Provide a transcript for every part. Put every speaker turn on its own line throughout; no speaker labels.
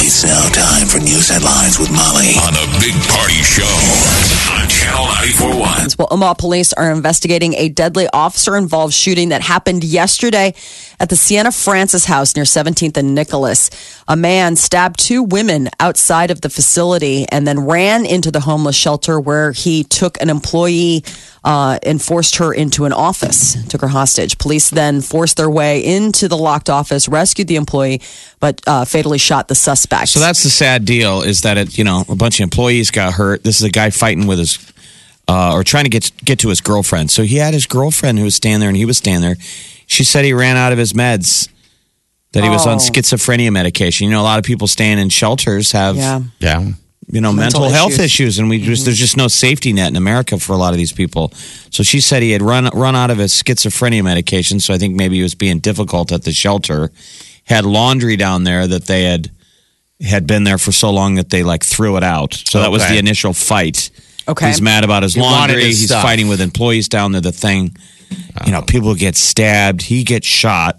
It's now time for news headlines with Molly on the Big Party Show on Channel 941.
Well, Omaha police are investigating a deadly officer involved shooting that happened yesterday at the Sienna Francis house near 17th and Nicholas. A man stabbed two women outside of the facility and then ran into the homeless shelter where he took an employee uh, and forced her into an office, took her hostage. Police then forced their way into the locked office, rescued the employee, but uh, fatally shot the suspect.
So that's the sad deal is that it, you know, a bunch of employees got hurt. This is a guy fighting with his, uh, or trying to get get to his girlfriend. So he had his girlfriend who was standing there, and he was standing there. She said he ran out of his meds, that he was on
Oh.
schizophrenia medication. You know, a lot of people staying in shelters have,
yeah.
Yeah.
you know, mental,
Mental
health issues,
issues. Mm-hmm.
and we just there's just no safety net in America for a lot of these people. So she said he had run run out of his schizophrenia medication. So I think maybe he was being difficult at the shelter. Had laundry down there that they had had been there for so long that they like threw it out. So that was
Okay.
the initial fight.
Okay.
He's mad about his
He wanted
laundry.
his
He's
stuff.
fighting with employees down there. The thing, you know, people get stabbed. He gets shot.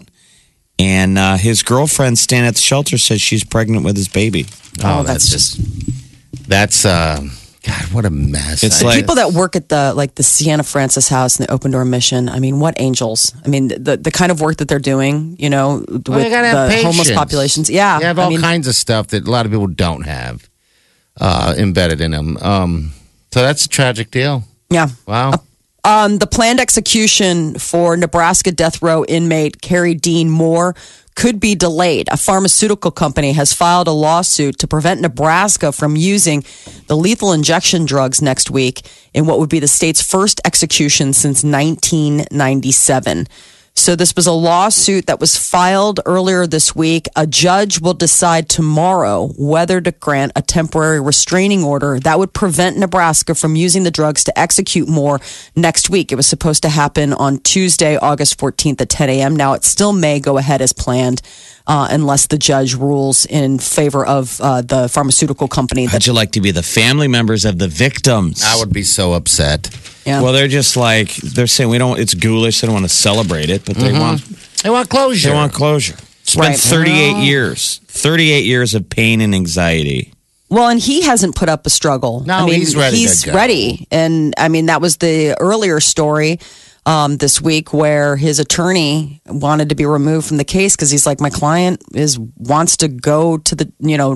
And uh, his girlfriend standing at the shelter says she's pregnant with his baby.
Oh,
Oh,
that's,
that's
just that's uh God, what a mess.
It's
I
like-
people that work at the like the Sienna Francis House and the Open Door Mission. I mean, what angels? I mean, the the kind of work that they're doing. You know, with
Well, you gotta have
the homeless
patience.
populations. Yeah,
They have
I
all
mean,
kinds of stuff that a lot of people don't have uh, embedded in them. Um, so that's a tragic deal.
yeah.
Wow.
Um, the planned execution for Nebraska death row inmate Carrie Dean Moore could be delayed. A pharmaceutical company has filed a lawsuit to prevent Nebraska from using the lethal injection drugs next week in what would be the state's first execution since 1997. So, this was a lawsuit that was filed earlier this week. A judge will decide tomorrow whether to grant a temporary restraining order that would prevent Nebraska from using the drugs to execute more next week. It was supposed to happen on Tuesday, August 14th at 10 a.m. Now, it still may go ahead as planned uh, unless the judge rules in favor of uh, the pharmaceutical company. That,
How'd you like to be the family members of the victims?
I would be so upset.
Yeah.
Well, they're just like they're saying we don't. It's ghoulish. They don't want to celebrate it, but they want
They want closure.
they want closure. It's been
Right.
38 years. 38 years of pain and anxiety.
Well, and he hasn't put up a struggle.
No,
I mean,
he's ready to
He's
go.
ready, and I mean that was the earlier story um, this week where his attorney wanted to be removed from the case because he's like, my client is wants to go to the you know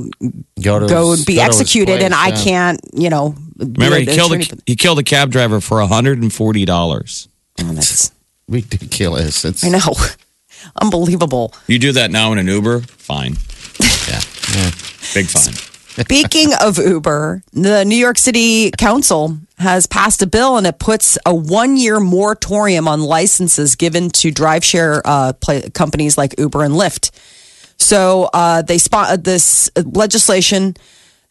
go to
go
his-
be
go to his
executed, and I
place, yeah.
can't you know.
Remember, he killed
the
a, he killed a cab driver for 140 dollars.
Oh, that's,
Ridiculous. It's
I know, unbelievable.
You do that now in an Uber, fine,
Yeah. yeah.
big fine.
Speaking of Uber, the New York City Council has passed a bill and it puts a one year moratorium on licenses given to drive share uh, pla companies like Uber and Lyft. So uh, they spot this legislation.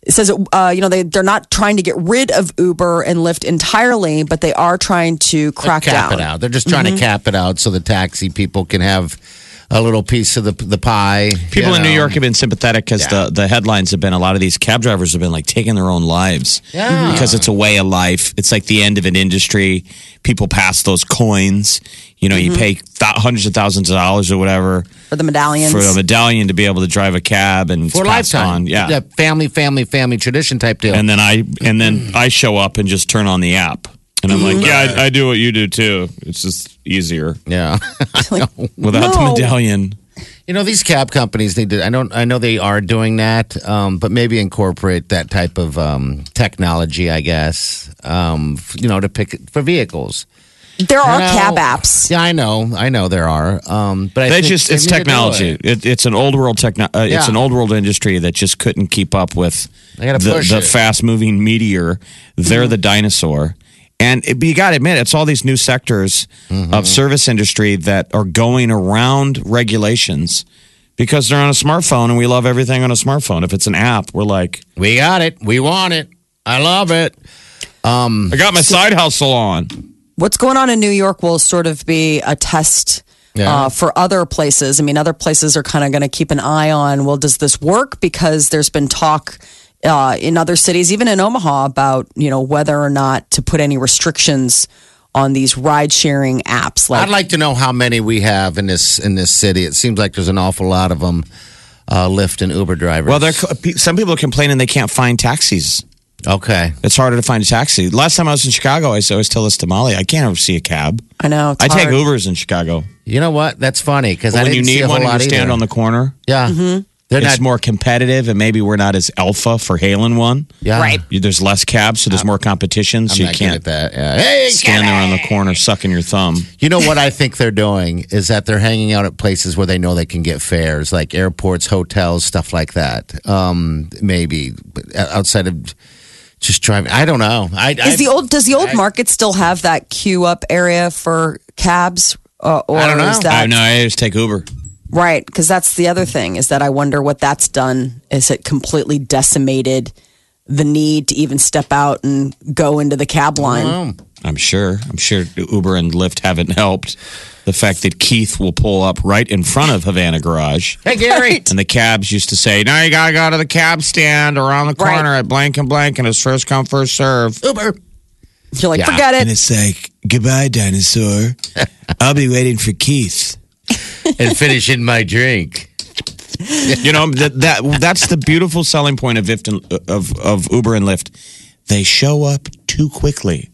It says, uh, you know, they, they're not trying to get rid of Uber and Lyft entirely, but they are trying to crack
cap
down.
it out. They're just trying
Mm-hmm.
to cap it out so the taxi people can have a little piece of the the pie.
People
you
in New
know.
York have been sympathetic because the, the headlines have been a lot of these cab drivers have been like taking their own lives.
Yeah.
Because it's a way of life. It's like the end of an industry. People pass those coins. You know, you pay th- hundreds of thousands of dollars or whatever
For the medallions.
for a medallion to be able to drive a cab and
for a
it's passed
lifetime.
on. Yeah.
That family, family, family tradition type deal.
And then I and then I show up and just turn on the app. And I'm like, yeah, I, I do what you do too. It's just easier
yeah.
without the
No.
medallion.
You know, these cab companies need to. I don't. I know they are doing that, um, but maybe incorporate that type of um, technology. I guess um, f- you know to pick for vehicles.
there are
You know,
Oh, cab apps.
Yeah, I know. I know there are. Um, but I
They
think
just
they
it's
need to do
technology.
it.
It, it's an old world techno- uh, It's
Yeah.
an old world industry that just couldn't keep up with
They gotta
the,
push
the
it. Mm-hmm.
fast moving meteor. They're the dinosaur, and it, but you got to admit it's all these new
Mm-hmm.
sectors of service industry that are going around regulations because they're on a smartphone and we love everything on a smartphone. If it's an app, we're like,
We got it. We want it. I love it. Mm.
I got my side hustle on.
what's going on in New York will sort of be a test.
Yeah.
Uh, for other places, I mean, other places are kind of going to keep an eye on. Well, does this work? Because there's been talk uh, in other cities, even in Omaha, about you know whether or not to put any restrictions on these ride-sharing apps. Like,
I'd like to know how many we have in this in this city. It seems like there's an awful lot of them. Uh, Lyft and Uber drivers.
Well, they're, some people are complaining they can't find taxis.
okay.
It's harder to find a taxi. Last time I was in Chicago, I always tell this to Molly, I can't ever see a cab.
I know it's
I take
hard.
Ubers in Chicago.
You know what? That's funny because I
But when
didn't
you
see
need
a whole
one, and you
lot
stand
either.
on the corner.
yeah.
Mm-hmm.
They're
It's
not
more competitive, and maybe we're not as alpha for hailing one.
yeah.
Right.
You- There's less cabs, so there's more competition, so
I'm
you
not good at
can't
that. Yeah. Hey,
stand there on the corner sucking your thumb.
You know what I think they're doing is that they're hanging out at places where they know they can get fares, like airports, hotels, stuff like that. Um, maybe but uh, outside of just driving. I don't know. I,
Is the old does the old
I-
market still have that queue up area for cabs? Uh, or
I don't know.
Is
I
that,
know. I just take Uber.
Right, because that's the other thing is that I wonder what that's done. Is it completely decimated the need to even step out and go into the cab line?
I'm sure. I'm sure Uber and Lyft haven't helped. The fact that Keith will pull up right in front of Havana Garage.
Hey Gary,
And the cabs used to say, now you got to go to the cab stand around the
Right.
corner at blank and blank, and it's first come, first serve.
Uber.
You're like,
Yeah.
forget it.
it's like, goodbye, dinosaur. I'll be waiting for Keith.
and finishing my drink.
You know that, that that's the beautiful selling point of, Lyft and, of of Uber and Lyft. They show up too quickly.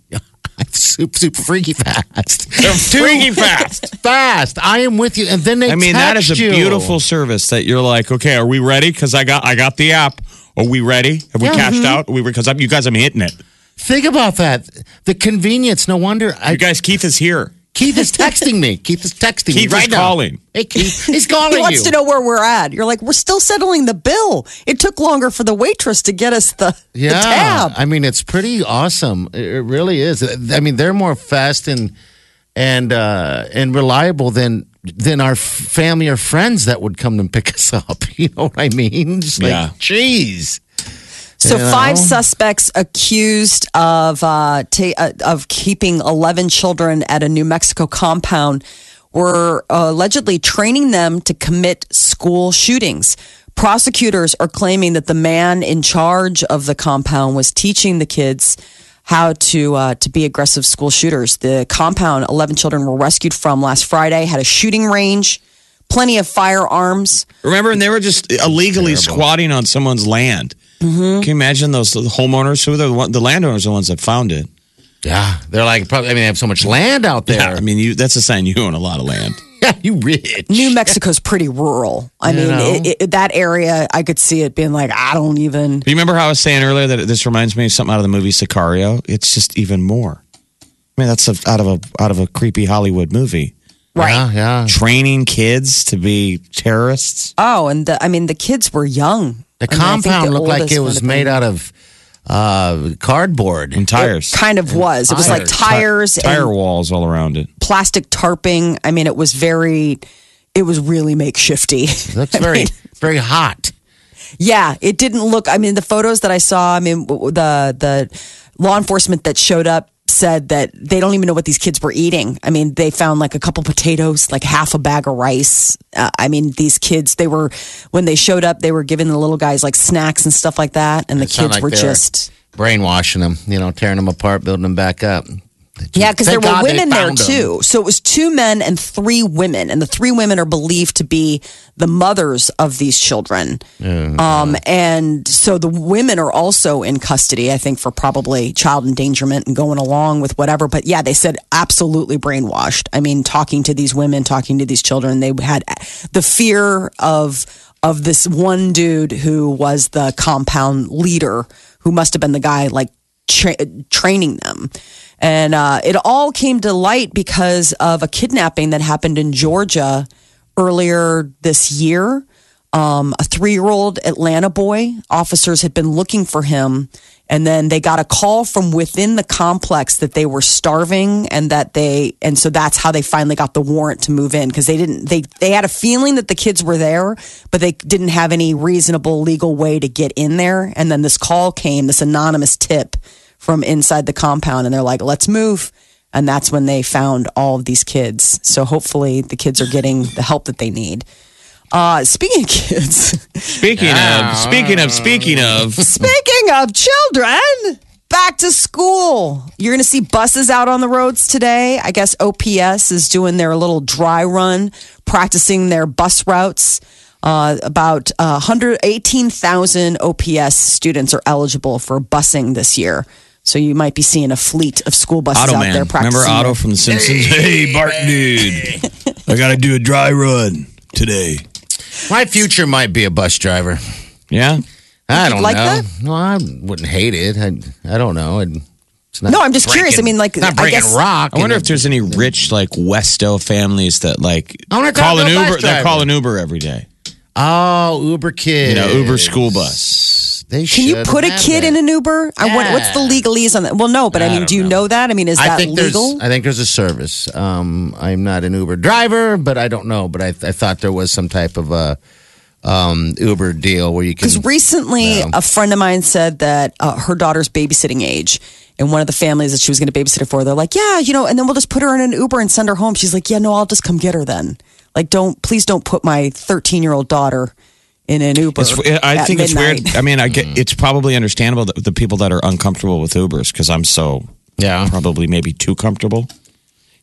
Super, super freaky fast.
They're freaking fast.
fast. I am with you. And then they
I mean, that is a
text you.
beautiful service that you're like, okay, are we ready? Because I got I got the app. Are we ready? Have we cashed out? Are we because you guys, I'm hitting it.
Think about that. The convenience. No wonder I
You guys, Keith is here.
Keith is texting me. Keith is texting me
Keith is
right now.
calling.
Hey, Keith, he's calling
He wants
you.
to know where we're at. You're like, we're still settling the bill. It took longer for the waitress to get us the, the
yeah,
tab.
I mean, it's pretty awesome. It it really is. I mean, they're more fast and and uh, and reliable than than our f- family or friends that would come and pick us up. You know what I mean? Just like,
Yeah.
Jeez.
So
You
five
know?
suspects accused of uh, ta- uh, of keeping eleven children at a New Mexico compound were uh, allegedly training them to commit school shootings. Prosecutors are claiming that the man in charge of the compound was teaching the kids how to uh, to be aggressive school shooters. The compound eleven children were rescued from last Friday had a shooting range, plenty of firearms.
Remember, and they were just illegally squatting on someone's land. Can you imagine those homeowners? Who are the one- the landowners? Are the ones that found it.
Yeah, they're like probably. I mean, they have so much land out there.
I mean, you, that's a sign you own a lot of land.
Yeah, you rich.
New Mexico's pretty rural. I mean, it, it, that area, I could see it being like, I don't even.
Do you remember how I was saying earlier that this reminds me of something out of the movie Sicario? It's just even more. I mean, that's a, out of a out of a creepy Hollywood movie.
Right.
Yeah, yeah.
Training kids to be terrorists.
Oh, and the, I mean, the kids were young.
The
I mean, I think
compound
the
looked like
oldest
it
would
was
have been-
made out of uh, cardboard.
And tires.
Kind of was. It was like tires
Tire
and
walls all around it.
plastic tarping. I mean, it was very, it was really makeshifty.
It looks very, very hot.
Yeah, it didn't look. I mean, the photos that I saw. I mean, w- w- the the law enforcement that showed up said that they don't even know what these kids were eating. I mean, they found like a couple potatoes, like half a bag of rice. Uh, I mean, these kids. They were when they showed up, they were giving the little guys like snacks and stuff like that, and the
sound
kids
like
were
they were-
just.
brainwashing them, you know, tearing them apart, building them back up.
Yeah, because there
Thank
were
God they
women there
found them.
too. So it was two men and three women, and the three women are believed to be the mothers of these children. Um, and so the women are also in custody, I think, for probably child endangerment and going along with whatever. But yeah, they said absolutely brainwashed. I mean, talking to these women, talking to these children, they had the fear of of this one dude who was the compound leader, who must have been the guy like tra- training them. And uh, it all came to light because of a kidnapping that happened in Georgia earlier this year. Um, a three year old Atlanta boy, officers had been looking for him And then they got a call from within the complex that they were starving and that they, and so that's how they finally got the warrant to move in because they didn't, they, they had a feeling that the kids were there, but they didn't have any reasonable legal way to get in there. And then this call came, this anonymous tip from inside the compound and they're like, let's move. And that's when they found all of these kids. So hopefully the kids are getting the help that they need. Uh, speaking of kids,
Speaking of, speaking of, speaking of,
speaking of children, back to school. You're going to see buses out on the roads today. I guess OPS is doing their little dry run, practicing their bus routes. Uh, about uh, 118,000 OPS students are eligible for busing this year. So you might be seeing a fleet of school buses
Auto
out
Man.
there practicing.
Remember Auto from The Simpsons? Hey, Bart, dude, I got to do a dry run today.
My future might be a bus driver.
Yeah,
I don't
like
know.
that?
No, I wouldn't hate it. I, I don't know. I'd- it's not
No, I'm just curious. I
breaking-
mean, like,
not
I
breaking
guess-
rock.
I wonder if
and-
there's any rich like Westo families that like
I wanna talk
call
to
an
a bus
Uber. They
driver.
call an Uber every day.
oh Uber kids.
You know, Uber school bus.
They
Can you put a kid in an Uber? I want,
Yeah.
what's the legalese on that? Well, no, but I,
I
mean,
don't
do you know.
know.
that? I mean, is
I
that
think
legal?
there's I think there's a service. Um, I'm not an Uber driver, but I don't know. But I, I thought there was some type of a um, Uber deal where you can.
Because recently, a friend of mine said that uh, her daughter's babysitting age, and one of the families that she was going to babysit her for, they're like, "Yeah, you know," and then we'll just put her in an Uber and send her home. She's like, "Yeah, no, I'll just come get her then." Like, don't please don't put my 13 year old daughter in an Uber.
It's, I
at
think it's
midnight.
weird. I mean, I get it's probably understandable that the people that are uncomfortable with Ubers because I'm so
Yeah.
probably maybe too comfortable.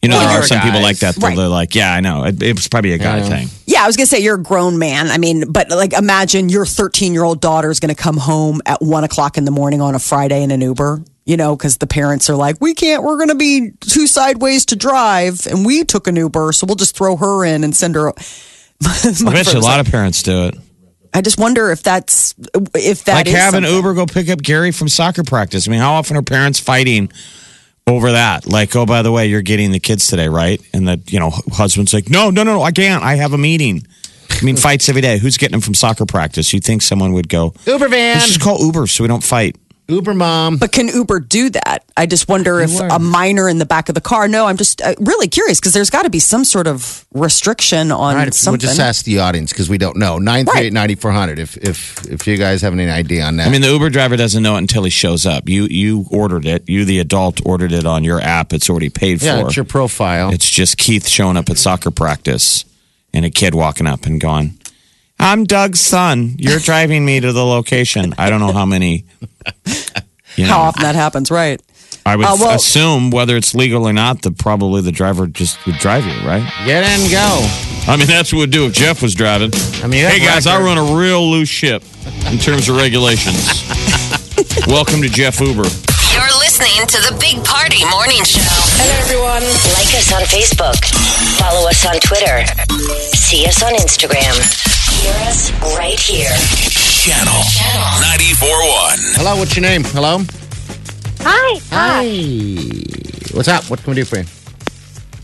You know,
Well,
there are
you're
some people
guys.
like that. that
Right.
They're like, yeah, I know. It, it was probably a guy thing.
Yeah, I was gonna say you're a grown man. I mean, but like imagine your 13 year old daughter is gonna come home at one o'clock in the morning on a Friday in an Uber. You know, because the parents are like, we can't. We're gonna be two sideways to drive, and we took an Uber, so we'll just throw her in and send her.
I bet you a lot of parents do it.
I just wonder if that's if that
like
is
have an
something.
Uber go pick up Gary from soccer practice. I mean, how often are parents fighting over that? Like, oh, by the way, you're getting the kids today, right? And the you know hu- husband's like, no, no, no, no, I can't. I have a meeting. I mean, fights every day. Who's getting them from soccer practice? You'd think someone would go.
Uber van,
Let's just call Uber so we don't fight.
Uber mom.
But can Uber do that? I just wonder if a minor in the back of the car. No, I'm just uh, really curious because there's got to be some sort of restriction on
All right, we'll
something.
just ask the audience because we don't know. Nine three eight ninety four hundred. If if if you guys have any idea on that,
I mean, the Uber driver doesn't know it until he shows up. You you ordered it. You, the adult, ordered it on your app. It's already paid for.
yeah, it's your profile.
It's just Keith showing up at soccer practice and a kid walking up and going, I'm Doug's son. You're driving me to the location. I don't know how many. You
How
know,
often that happens, right?
I would
Uh, well-
assume whether it's legal or not, that probably the driver just would drive you, right?
Get in, go.
I mean, that's what would do if Jeff was driving.
I mean,
hey
that
guys, I
record-
run a real loose ship in terms of regulations. Welcome to Jeff Uber.
You're listening to the Big Party Morning Show. Hello, everyone. Like us on Facebook. Follow us on Twitter. See us on Instagram. Hear us right here.
Channel 94.1.
Hello, what's your name? Hello.
Hi.
What's up? What can we do for you?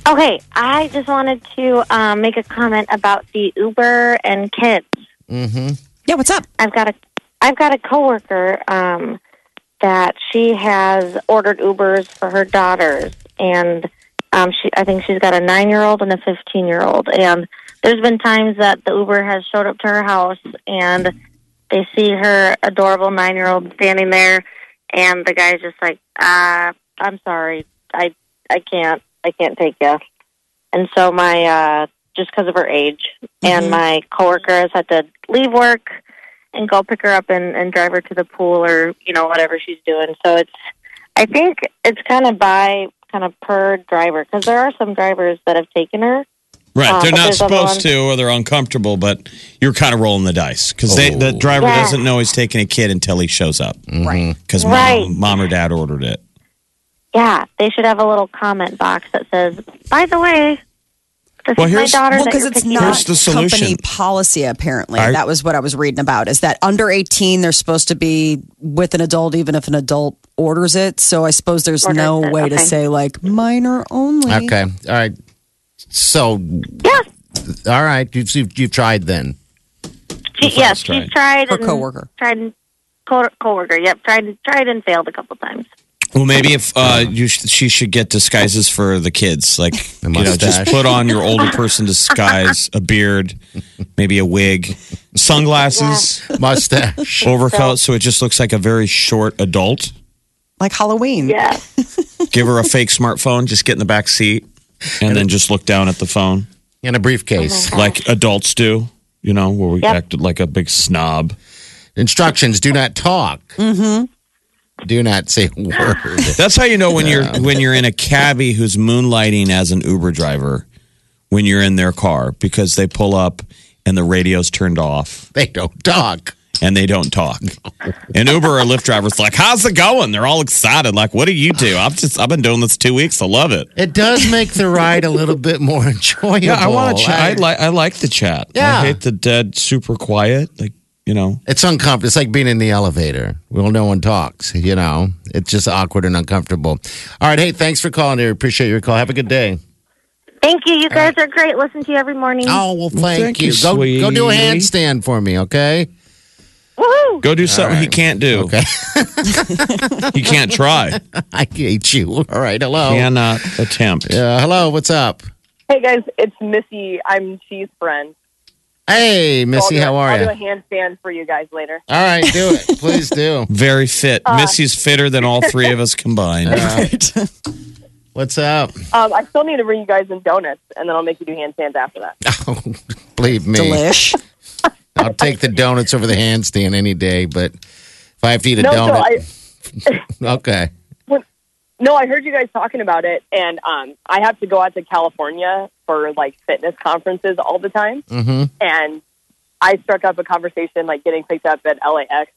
Okay, I just wanted to um, make a comment about the Uber and kids.
Yeah, what's up?
I've got a I've got a coworker um, that she has ordered Ubers for her daughters, and um, she I think she's got a nine year old and a fifteen year old, and there's been times that the Uber has showed up to her house and they see her adorable nine year old standing there, and the guy's just like, uh, I'm sorry, I I can't I can't take you, and so my uh, just because of her age, and my coworker has had to leave work and go pick her up and, and drive her to the pool or you know whatever she's doing. So it's I think it's kind of by kind of per driver because there are some drivers that have taken her.
Right,
Uh,
they're
but
not
there's other
supposed
ones-
to, or they're uncomfortable. But you're kind of rolling the dice because the driver
Yeah.
doesn't know he's taking a kid until he shows up.
Right.
Because
Right.
mom, mom or dad ordered it.
Yeah, they should have a little comment box that says, "By the way, this
Well,
is my
here's-
daughter
Well,
that
because
you're
it's
picking
not
up."
Here's the
company
solution.
policy. Apparently,
I-
that was what I was reading about. Is that under eighteen, they're supposed to be with an adult, even if an adult orders it. So I suppose there's no
Orders it,
way to
okay.
say like minor only.
Okay. All right. So,
Yeah,
all right. You've, you've, you've tried then.
she, yes,
tried.
she's tried
Her
and
coworker.
tried and
co- coworker. Yep, tried tried and failed a couple times.
Well, maybe if uh, you sh- she should get disguises for the kids, like
A
you know, just
mustache.
put on your older person disguise, a beard, maybe a wig, sunglasses,
mustache.
overcoat, so it just looks like a very short adult.
Like Halloween.
Yeah,
Give her a fake smartphone, just get in the back seat, and then just look down at the phone
and a briefcase.
like adults do. You know, where we
Yep.
acted like a big snob.
Instructions: Do not talk. Mm-hmm. Do not say a word.
That's how you know when you're when you're in a cabbie who's moonlighting as an Uber driver when you're in their car because they pull up and the radio's turned off
they don't talk.
and they don't talk. And Uber or Lyft drivers like, "How's it going?" They're all excited like, "What do you do?" I've just I've been doing this 2 weeks. I love it.
It does make the ride a little bit more enjoyable.
Yeah, I want to chat. I
I-
like I like the chat.
Yeah.
I hate the dead super quiet like, you know.
It's uncomfortable. It's like being in the elevator. Well, no one talks. You know, it's just awkward and uncomfortable. All right. Hey, thanks for calling here. Appreciate your call. Have a good day.
thank you. You guys are great. Listen to you every
Mm.
morning.
Oh well, thank,
thank
you.
you,
Go go do a
sweetie.
handstand for me, okay?
Woohoo!
Go do something he can't do.
Okay.
He can't try.
I hate you. All right.
Oh.
Hello.
Cannot attempt.
Uh, hello. What's up?
Hey guys, it's Missy. I'm She's friend.
Hey,
So I'll
Missy.
do a-
How are
I'll
you?
do a handstand for you guys later.
All right. Do it. Please do.
Very fit.
Uh,
Missy's fitter than all three of us combined.
What's up?
Um, I still need to bring you guys in donuts, and then I'll make you do handstands after that.
Oh, believe me,
Delish.
I'll take the donuts over the handstand any day. But if I have to eat a
no, so
donut,
I
okay.
no, I heard you guys talking about it, and um, I have to go out to California for like fitness conferences all the time,
Mm-hmm.
and I struck up a conversation like getting picked up at LAX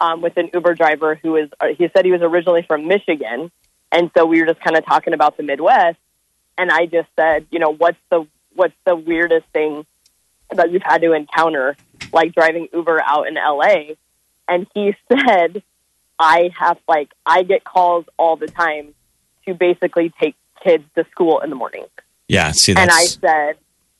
um, with an Uber driver who is uh, he said he was originally from Michigan, and so we were just kind of talking about the Midwest, and I just said, you know, what's the what's the weirdest thing that you've had to encounter like driving Uber out in LA, and he said, I have like I get calls all the time to basically take kids to school in the morning,
Yeah, see
and I
that's
said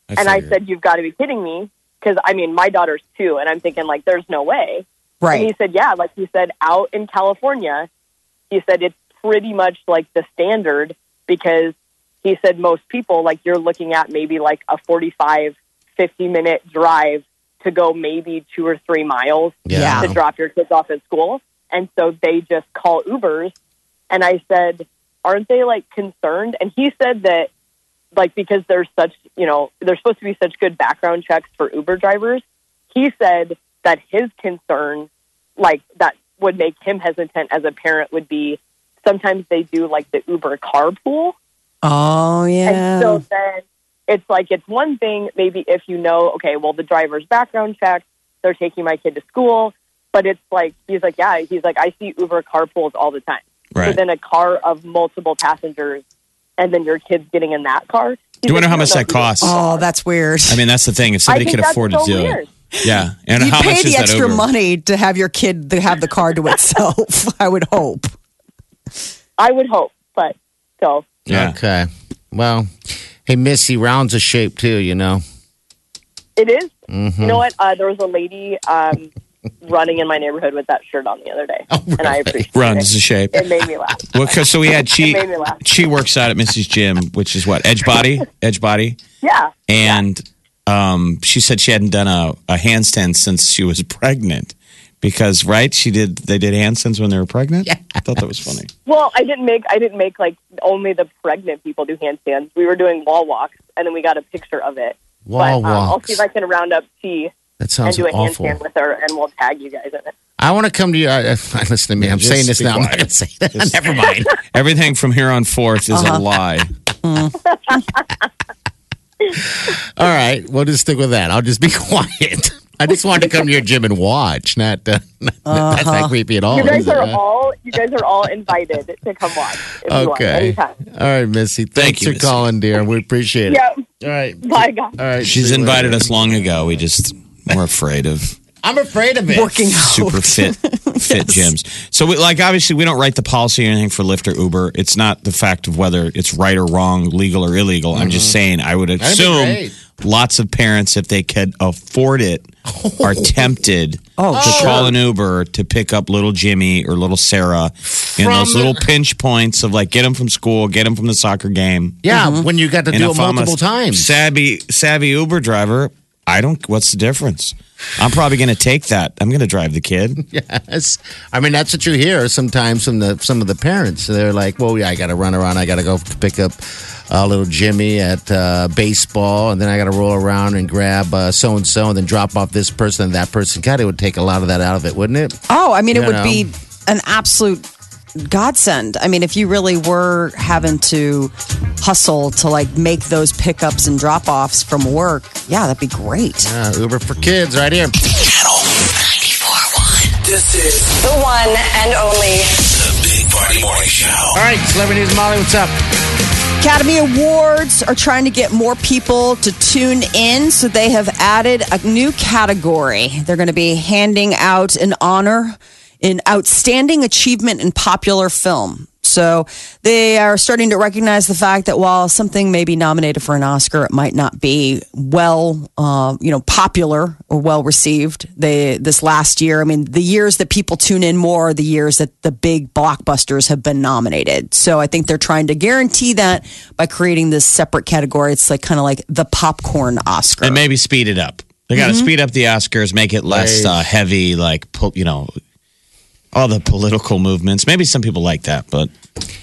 and I
figured.
said, "You've got to be kidding me!" Because I mean, my daughter's two, and I'm thinking like, "There's no way." And he
Right.
said, "Yeah," like he said, out in California, he said it's pretty much like the standard because he said most people like you're looking at maybe like a 45, 50 minute drive to go maybe two or three miles
Yeah.
to drop your kids off at school. And so they just call Ubers. And I said, aren't they like concerned? And he said that like because there's such, you know, there's supposed to be such good background checks for Uber drivers. He said that his concern like that would make him hesitant as a parent would be sometimes they do like the Uber carpool.
Oh, yeah.
And so then it's like it's one thing maybe if you know, okay, well the driver's background check, they're taking my kid to school, but it's like he's like, yeah, he's like I see Uber carpools all the time. So
Right.
then a car of multiple passengers and then your kids getting in that car.
Do you wonder how much that costs?
oh, that's weird.
I mean, that's the thing. If
I
somebody
think
could
that's
afford
so
to do
weird.
it, yeah. And
you
how
pay
much is
the
that
extra
Uber?
money to have your kid to have the car to itself. I would hope.
I would hope, but so
Yeah.
Okay. Well, hey, Missy, rounds a shape too, you know.
it is.
Mm-hmm.
You know what? Uh, there was a lady um, running in my neighborhood with that shirt on the other day,
Oh,
and I appreciate
Run
it.
is a shape.
It made me laugh.
Well, 'cause- so we had she.
It made me laugh.
She works out at Mrs. Jim, which is what Edge Body, Edge Body,
Yeah.
and um, she said she hadn't done a, a handstand since she was pregnant because right she did they did handstands when they were pregnant. Yeah. I thought that was funny.
Well, I didn't make I didn't make like only the pregnant people do handstands. We were doing wall walks, and then we got a picture of it.
Wall
but, um, I'll
walks.
see if I can round up T
that
and
sounds
do a
awful.
handstand with her, and we'll tag you guys in it.
I want to come to you. I, I, listen to me. I'm
Just
saying this
be
now. I'm not
quiet.
going to say that. Never mind.
Everything from here on forth is a lie.
All right. We'll just stick with that. I'll just be quiet. I just wanted to come to your gym and watch. Not, uh, not that's not creepy at all.
Uh-huh. You guys
is it?
are
Uh,
all you guys are all invited to come watch if you want
okay. All
anytime.
right, Missy. Thanks
you,
for
Missy.
calling, dear. We appreciate it. All
Yeah.
right.
Bye, guys.
All right.
She's
see you
invited
later.
us long ago. We just were afraid of.
I'm afraid of it.
Working
super
out.
fit fit gyms. So we, like obviously we don't write the policy or anything for Lyft or Uber. It's not the fact of whether it's right or wrong, legal or illegal. I'm just saying I would
Mm-hmm. be
assume
great.
lots of parents if they could afford it are tempted
Oh,
to call an Uber to pick up little Jimmy or little Sarah in
From
those
the-
little pinch points of like get them from school, get them from the soccer game.
Yeah,
Mm-hmm.
when you got to do it multiple
a
times.
Savvy, savvy Uber driver, I don't. What's the difference? I'm probably going to take that. I'm going to drive the kid.
Yes, I mean that's what you hear sometimes from the some of the parents. They're like, "Well, yeah, I got to run around. I got to go pick up uh, little Jimmy at uh, baseball, and then I got to roll around and grab so and so, and then drop off this person and that person." God, it would take a lot of that out of it, wouldn't it?
Oh, I mean, it
You
would
know.
be an absolute godsend. I mean, if you really were having to hustle to like make those pickups and drop offs from work, yeah, that'd be great.
Uh, Uber for kids, right here.
Channel 941.
This is
The one and only.
the Big Party Morning Show.
All right, celebrity news, Molly. What's up?
Academy Awards are trying to get more people to tune in, so they have added a new category. They're going to be handing out an honor in outstanding achievement in popular film. So they are starting to recognize the fact that while something may be nominated for an Oscar, it might not be well, uh, you know, popular or well received. They this last year, I mean, the years that people tune in more are the years that the big blockbusters have been nominated. So I think they're trying to guarantee that by creating this separate category. It's like kind of like the popcorn Oscar.
and maybe speed it up. They got to
Mm-hmm.
speed up the Oscars, make it less uh, heavy, like po- you know, all the political movements. Maybe some people like that, but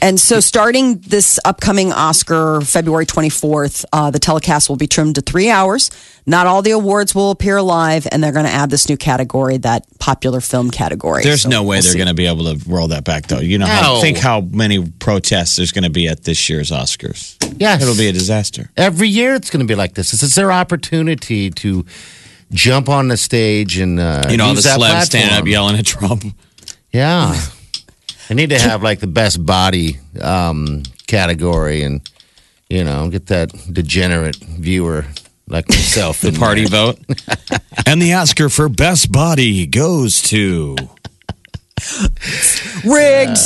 And so, starting this upcoming Oscar, February 24th, uh, the telecast will be trimmed to three hours. Not all the awards will appear live, and they're going to add this new category, that popular film category.
there's
So
no way
we'll
they're
see.
going to be able to roll that back, though. You know, how,
No.
think how many protests there's going to be at this year's Oscars.
Yes,
It'll be a disaster.
every year. It's going to be like this. This is their opportunity to jump on the stage and uh,
You know, all the
use that
celebs standing up
platform.
yelling at Trump.
Yeah. I need to have like the best body um, category and, you know, get that degenerate viewer like myself.
the
in
party
there.
vote. and the Oscar for Best Body goes to.
rigged,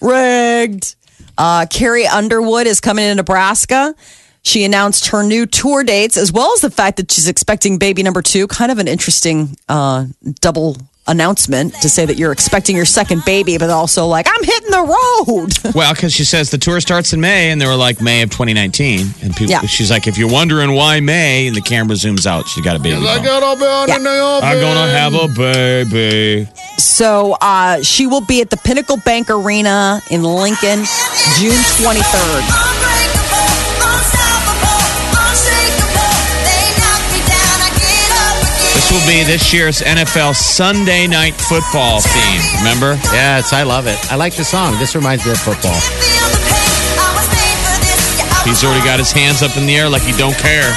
rigged. Uh, Carrie Underwood is coming to Nebraska. She announced her new tour dates, as well as the fact that she's expecting baby number two. Kind of an interesting uh, double announcement to say that you're expecting your second baby, but also like I'm hitting the road.
Well, because she says the tour starts in May, and they were like May of 2019, and people.
Yeah.
She's like, if you're wondering why May, and the camera zooms out, she got a baby. bump.
Yeah.
I'm gonna have a baby.
So uh, she will be at the Pinnacle Bank Arena in Lincoln, June 23rd.
This will be this year's NFL Sunday Night Football theme. Remember?
Yes, I love it. I like the song. This reminds me of football.
He's already got his hands up in the air like he don't care.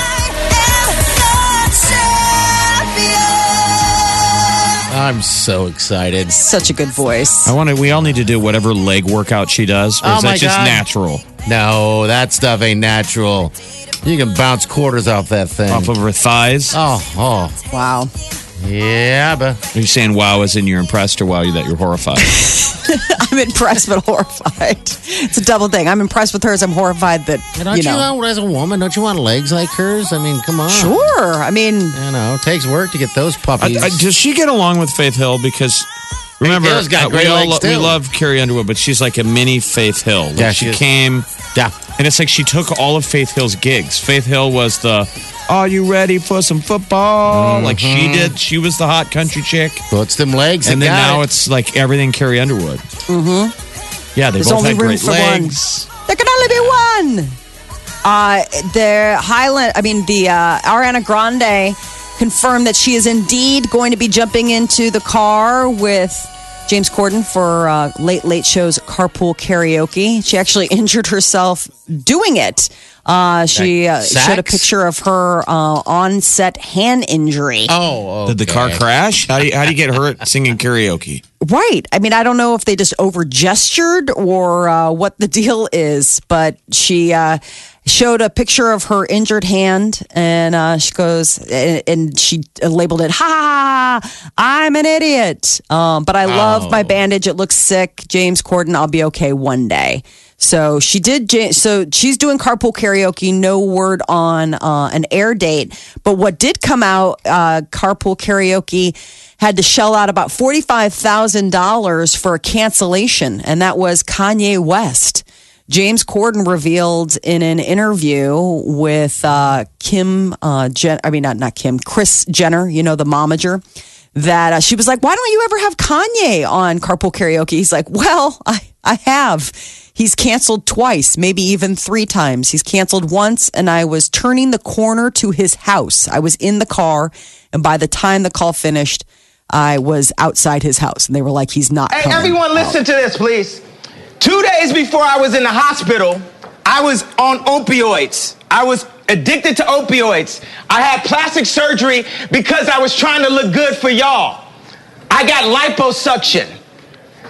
I'm so excited.
Such a good voice.
I want to. We all need to do whatever leg workout she does, or
Oh
is that
my
just
God.
natural
No, that stuff ain't natural. You can bounce quarters off that thing.
off of her thighs?
oh, oh,
Wow.
yeah, but
Are you saying wow as in you're impressed or wow you that you're horrified?
I'm impressed but horrified. It's a double thing. I'm impressed with hers. I'm horrified that,
don't
you
you,
know.
want, as a woman, don't you want legs like hers? I mean, come on.
Sure. I mean,
You know, it takes work to get those
I,
puppies.
I, does she get along with Faith Hill? Because remember,
Hill's got
uh, we
great
all
legs,
we
too.
love Carrie Underwood, but she's like a mini Faith Hill. Like
Yeah,
she,
she is.
came,
yeah.
and it's like she took all of Faith Hill's gigs. Faith Hill was the "Are you ready for some football?" Like she did. She was the hot country chick,
Well, it's them legs.
and
that
then
got
now
it.
it's like everything Carrie Underwood. Mm-hmm. Yeah, they
There's
both
only
had
room
great
for one.
legs.
there can only be one. Uh, the Highland, I mean, the uh, Ariana Grande confirmed that she is indeed going to be jumping into the car with James Corden for uh, Late Late Show's Carpool Karaoke. She actually injured herself doing it. Uh, she uh,
Like
showed a
sacks?
picture of her uh, on set hand injury.
Oh,
Did the car
okay.
crash? How do you, how do you get hurt singing karaoke?
Right. I mean, I don't know if they just over gestured or uh, what the deal is, but she uh, showed a picture of her injured hand and uh, she goes and, and she labeled it, ha, I'm an idiot. Um, but I love my bandage. It looks sick. James Corden, I'll be okay one day. So she did. ja- So she's doing carpool karaoke. No word on uh, an air date. But what did come out, uh, carpool karaoke had to shell out about forty five thousand dollars for a cancellation, and that was Kanye West. James Corden revealed in an interview with uh, Kim, uh, Jen, I mean, not, not Kim, Chris Jenner, you know, the momager, that uh, she was like, Why don't you ever have Kanye on Carpool Karaoke? He's like, Well, I, I have. He's canceled twice, maybe even three times. He's canceled once, and I was turning the corner to his house. I was in the car, and by the time the call finished, I was outside his house. And they were like, He's not.
Hey,
coming
everyone,
out."
listen to this, please. Two days before I was in the hospital, I was on opioids. I was addicted to opioids. I had plastic surgery because I was trying to look good for y'all. I got liposuction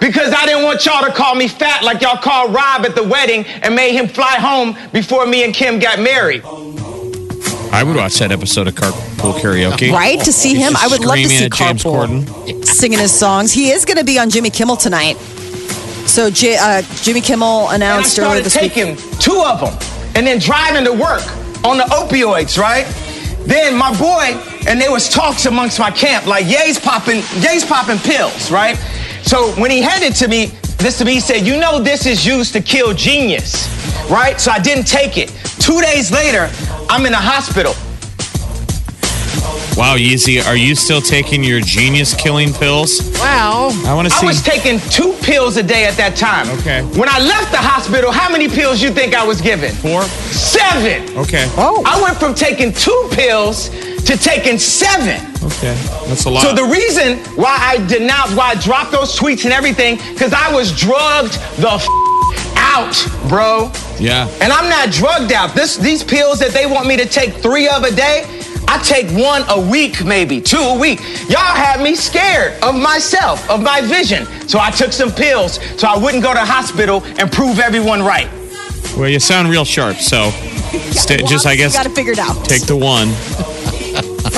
because I didn't want y'all to call me fat like y'all called Rob at the wedding and made him fly home before me and Kim got married.
I would watch that episode of Carpool Karaoke.
Right to see
He's
him,
just
I would love to
screaming
see
at James
Carpool singing his songs. He is going to be on Jimmy Kimmel tonight. So J- uh, Jimmy Kimmel
And I
announced earlier
started
this week.
taking two of them and then driving to work on the opioids, right? Then my boy, and there was talks amongst my camp, like Ye's popping, Ye's popping pills, right? So when he handed to me this to me, he said, "You know this is used to kill genius, right?" So I didn't take it. Two days later, I'm in the hospital.
Wow, Yeezy, are you still taking your genius killing pills?
Wow.
I want to
I
see.
was taking two pills a day at that time.
Okay.
When I left the hospital, how many pills you think I was given?
Four?
Seven.
Okay.
Oh,
I went from taking two pills to taking seven.
Okay. That's a lot.
So the reason why I denounced, why I dropped those tweets and everything, because I was drugged the f- out, bro.
yeah.
And I'm not drugged out. This, these pills that they want me to take three of a day, I take one a week, maybe two a week. Y'all had me scared of myself, of my vision. So I took some pills so I wouldn't go to hospital and prove everyone right.
Well, you sound real sharp, so stay, just, I guess,
got it figured out.
take the one.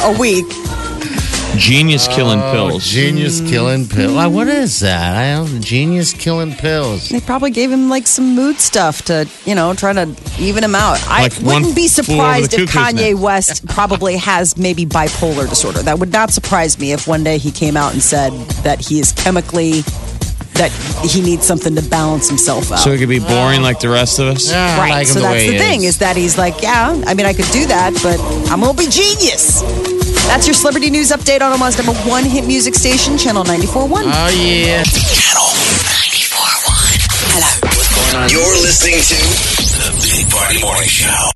a week.
Genius killing pills.
Genius
Hmm.
killing pills. What is that? I don't, genius killing pills.
They probably gave him like some mood stuff to, you know, try to even him out. I
Like one
wouldn't be
flew over the
surprised if
cuckoo's
Kanye
nest.
West probably has maybe bipolar disorder. That would not surprise me if one day he came out and said that he is chemically that he needs something to balance himself out.
So it could be boring like the rest of us.
Yeah, Ah, I
Right.
like 'em
so that's
way
the
he
thing is that he's like, yeah, I mean, I could do that, but I'm gonna be genius. That's your celebrity news update on Omaha's number one hit music station, Channel 94.1.
Oh yeah.
Channel 941. Hello.
You're listening to the Big Party Morning Show.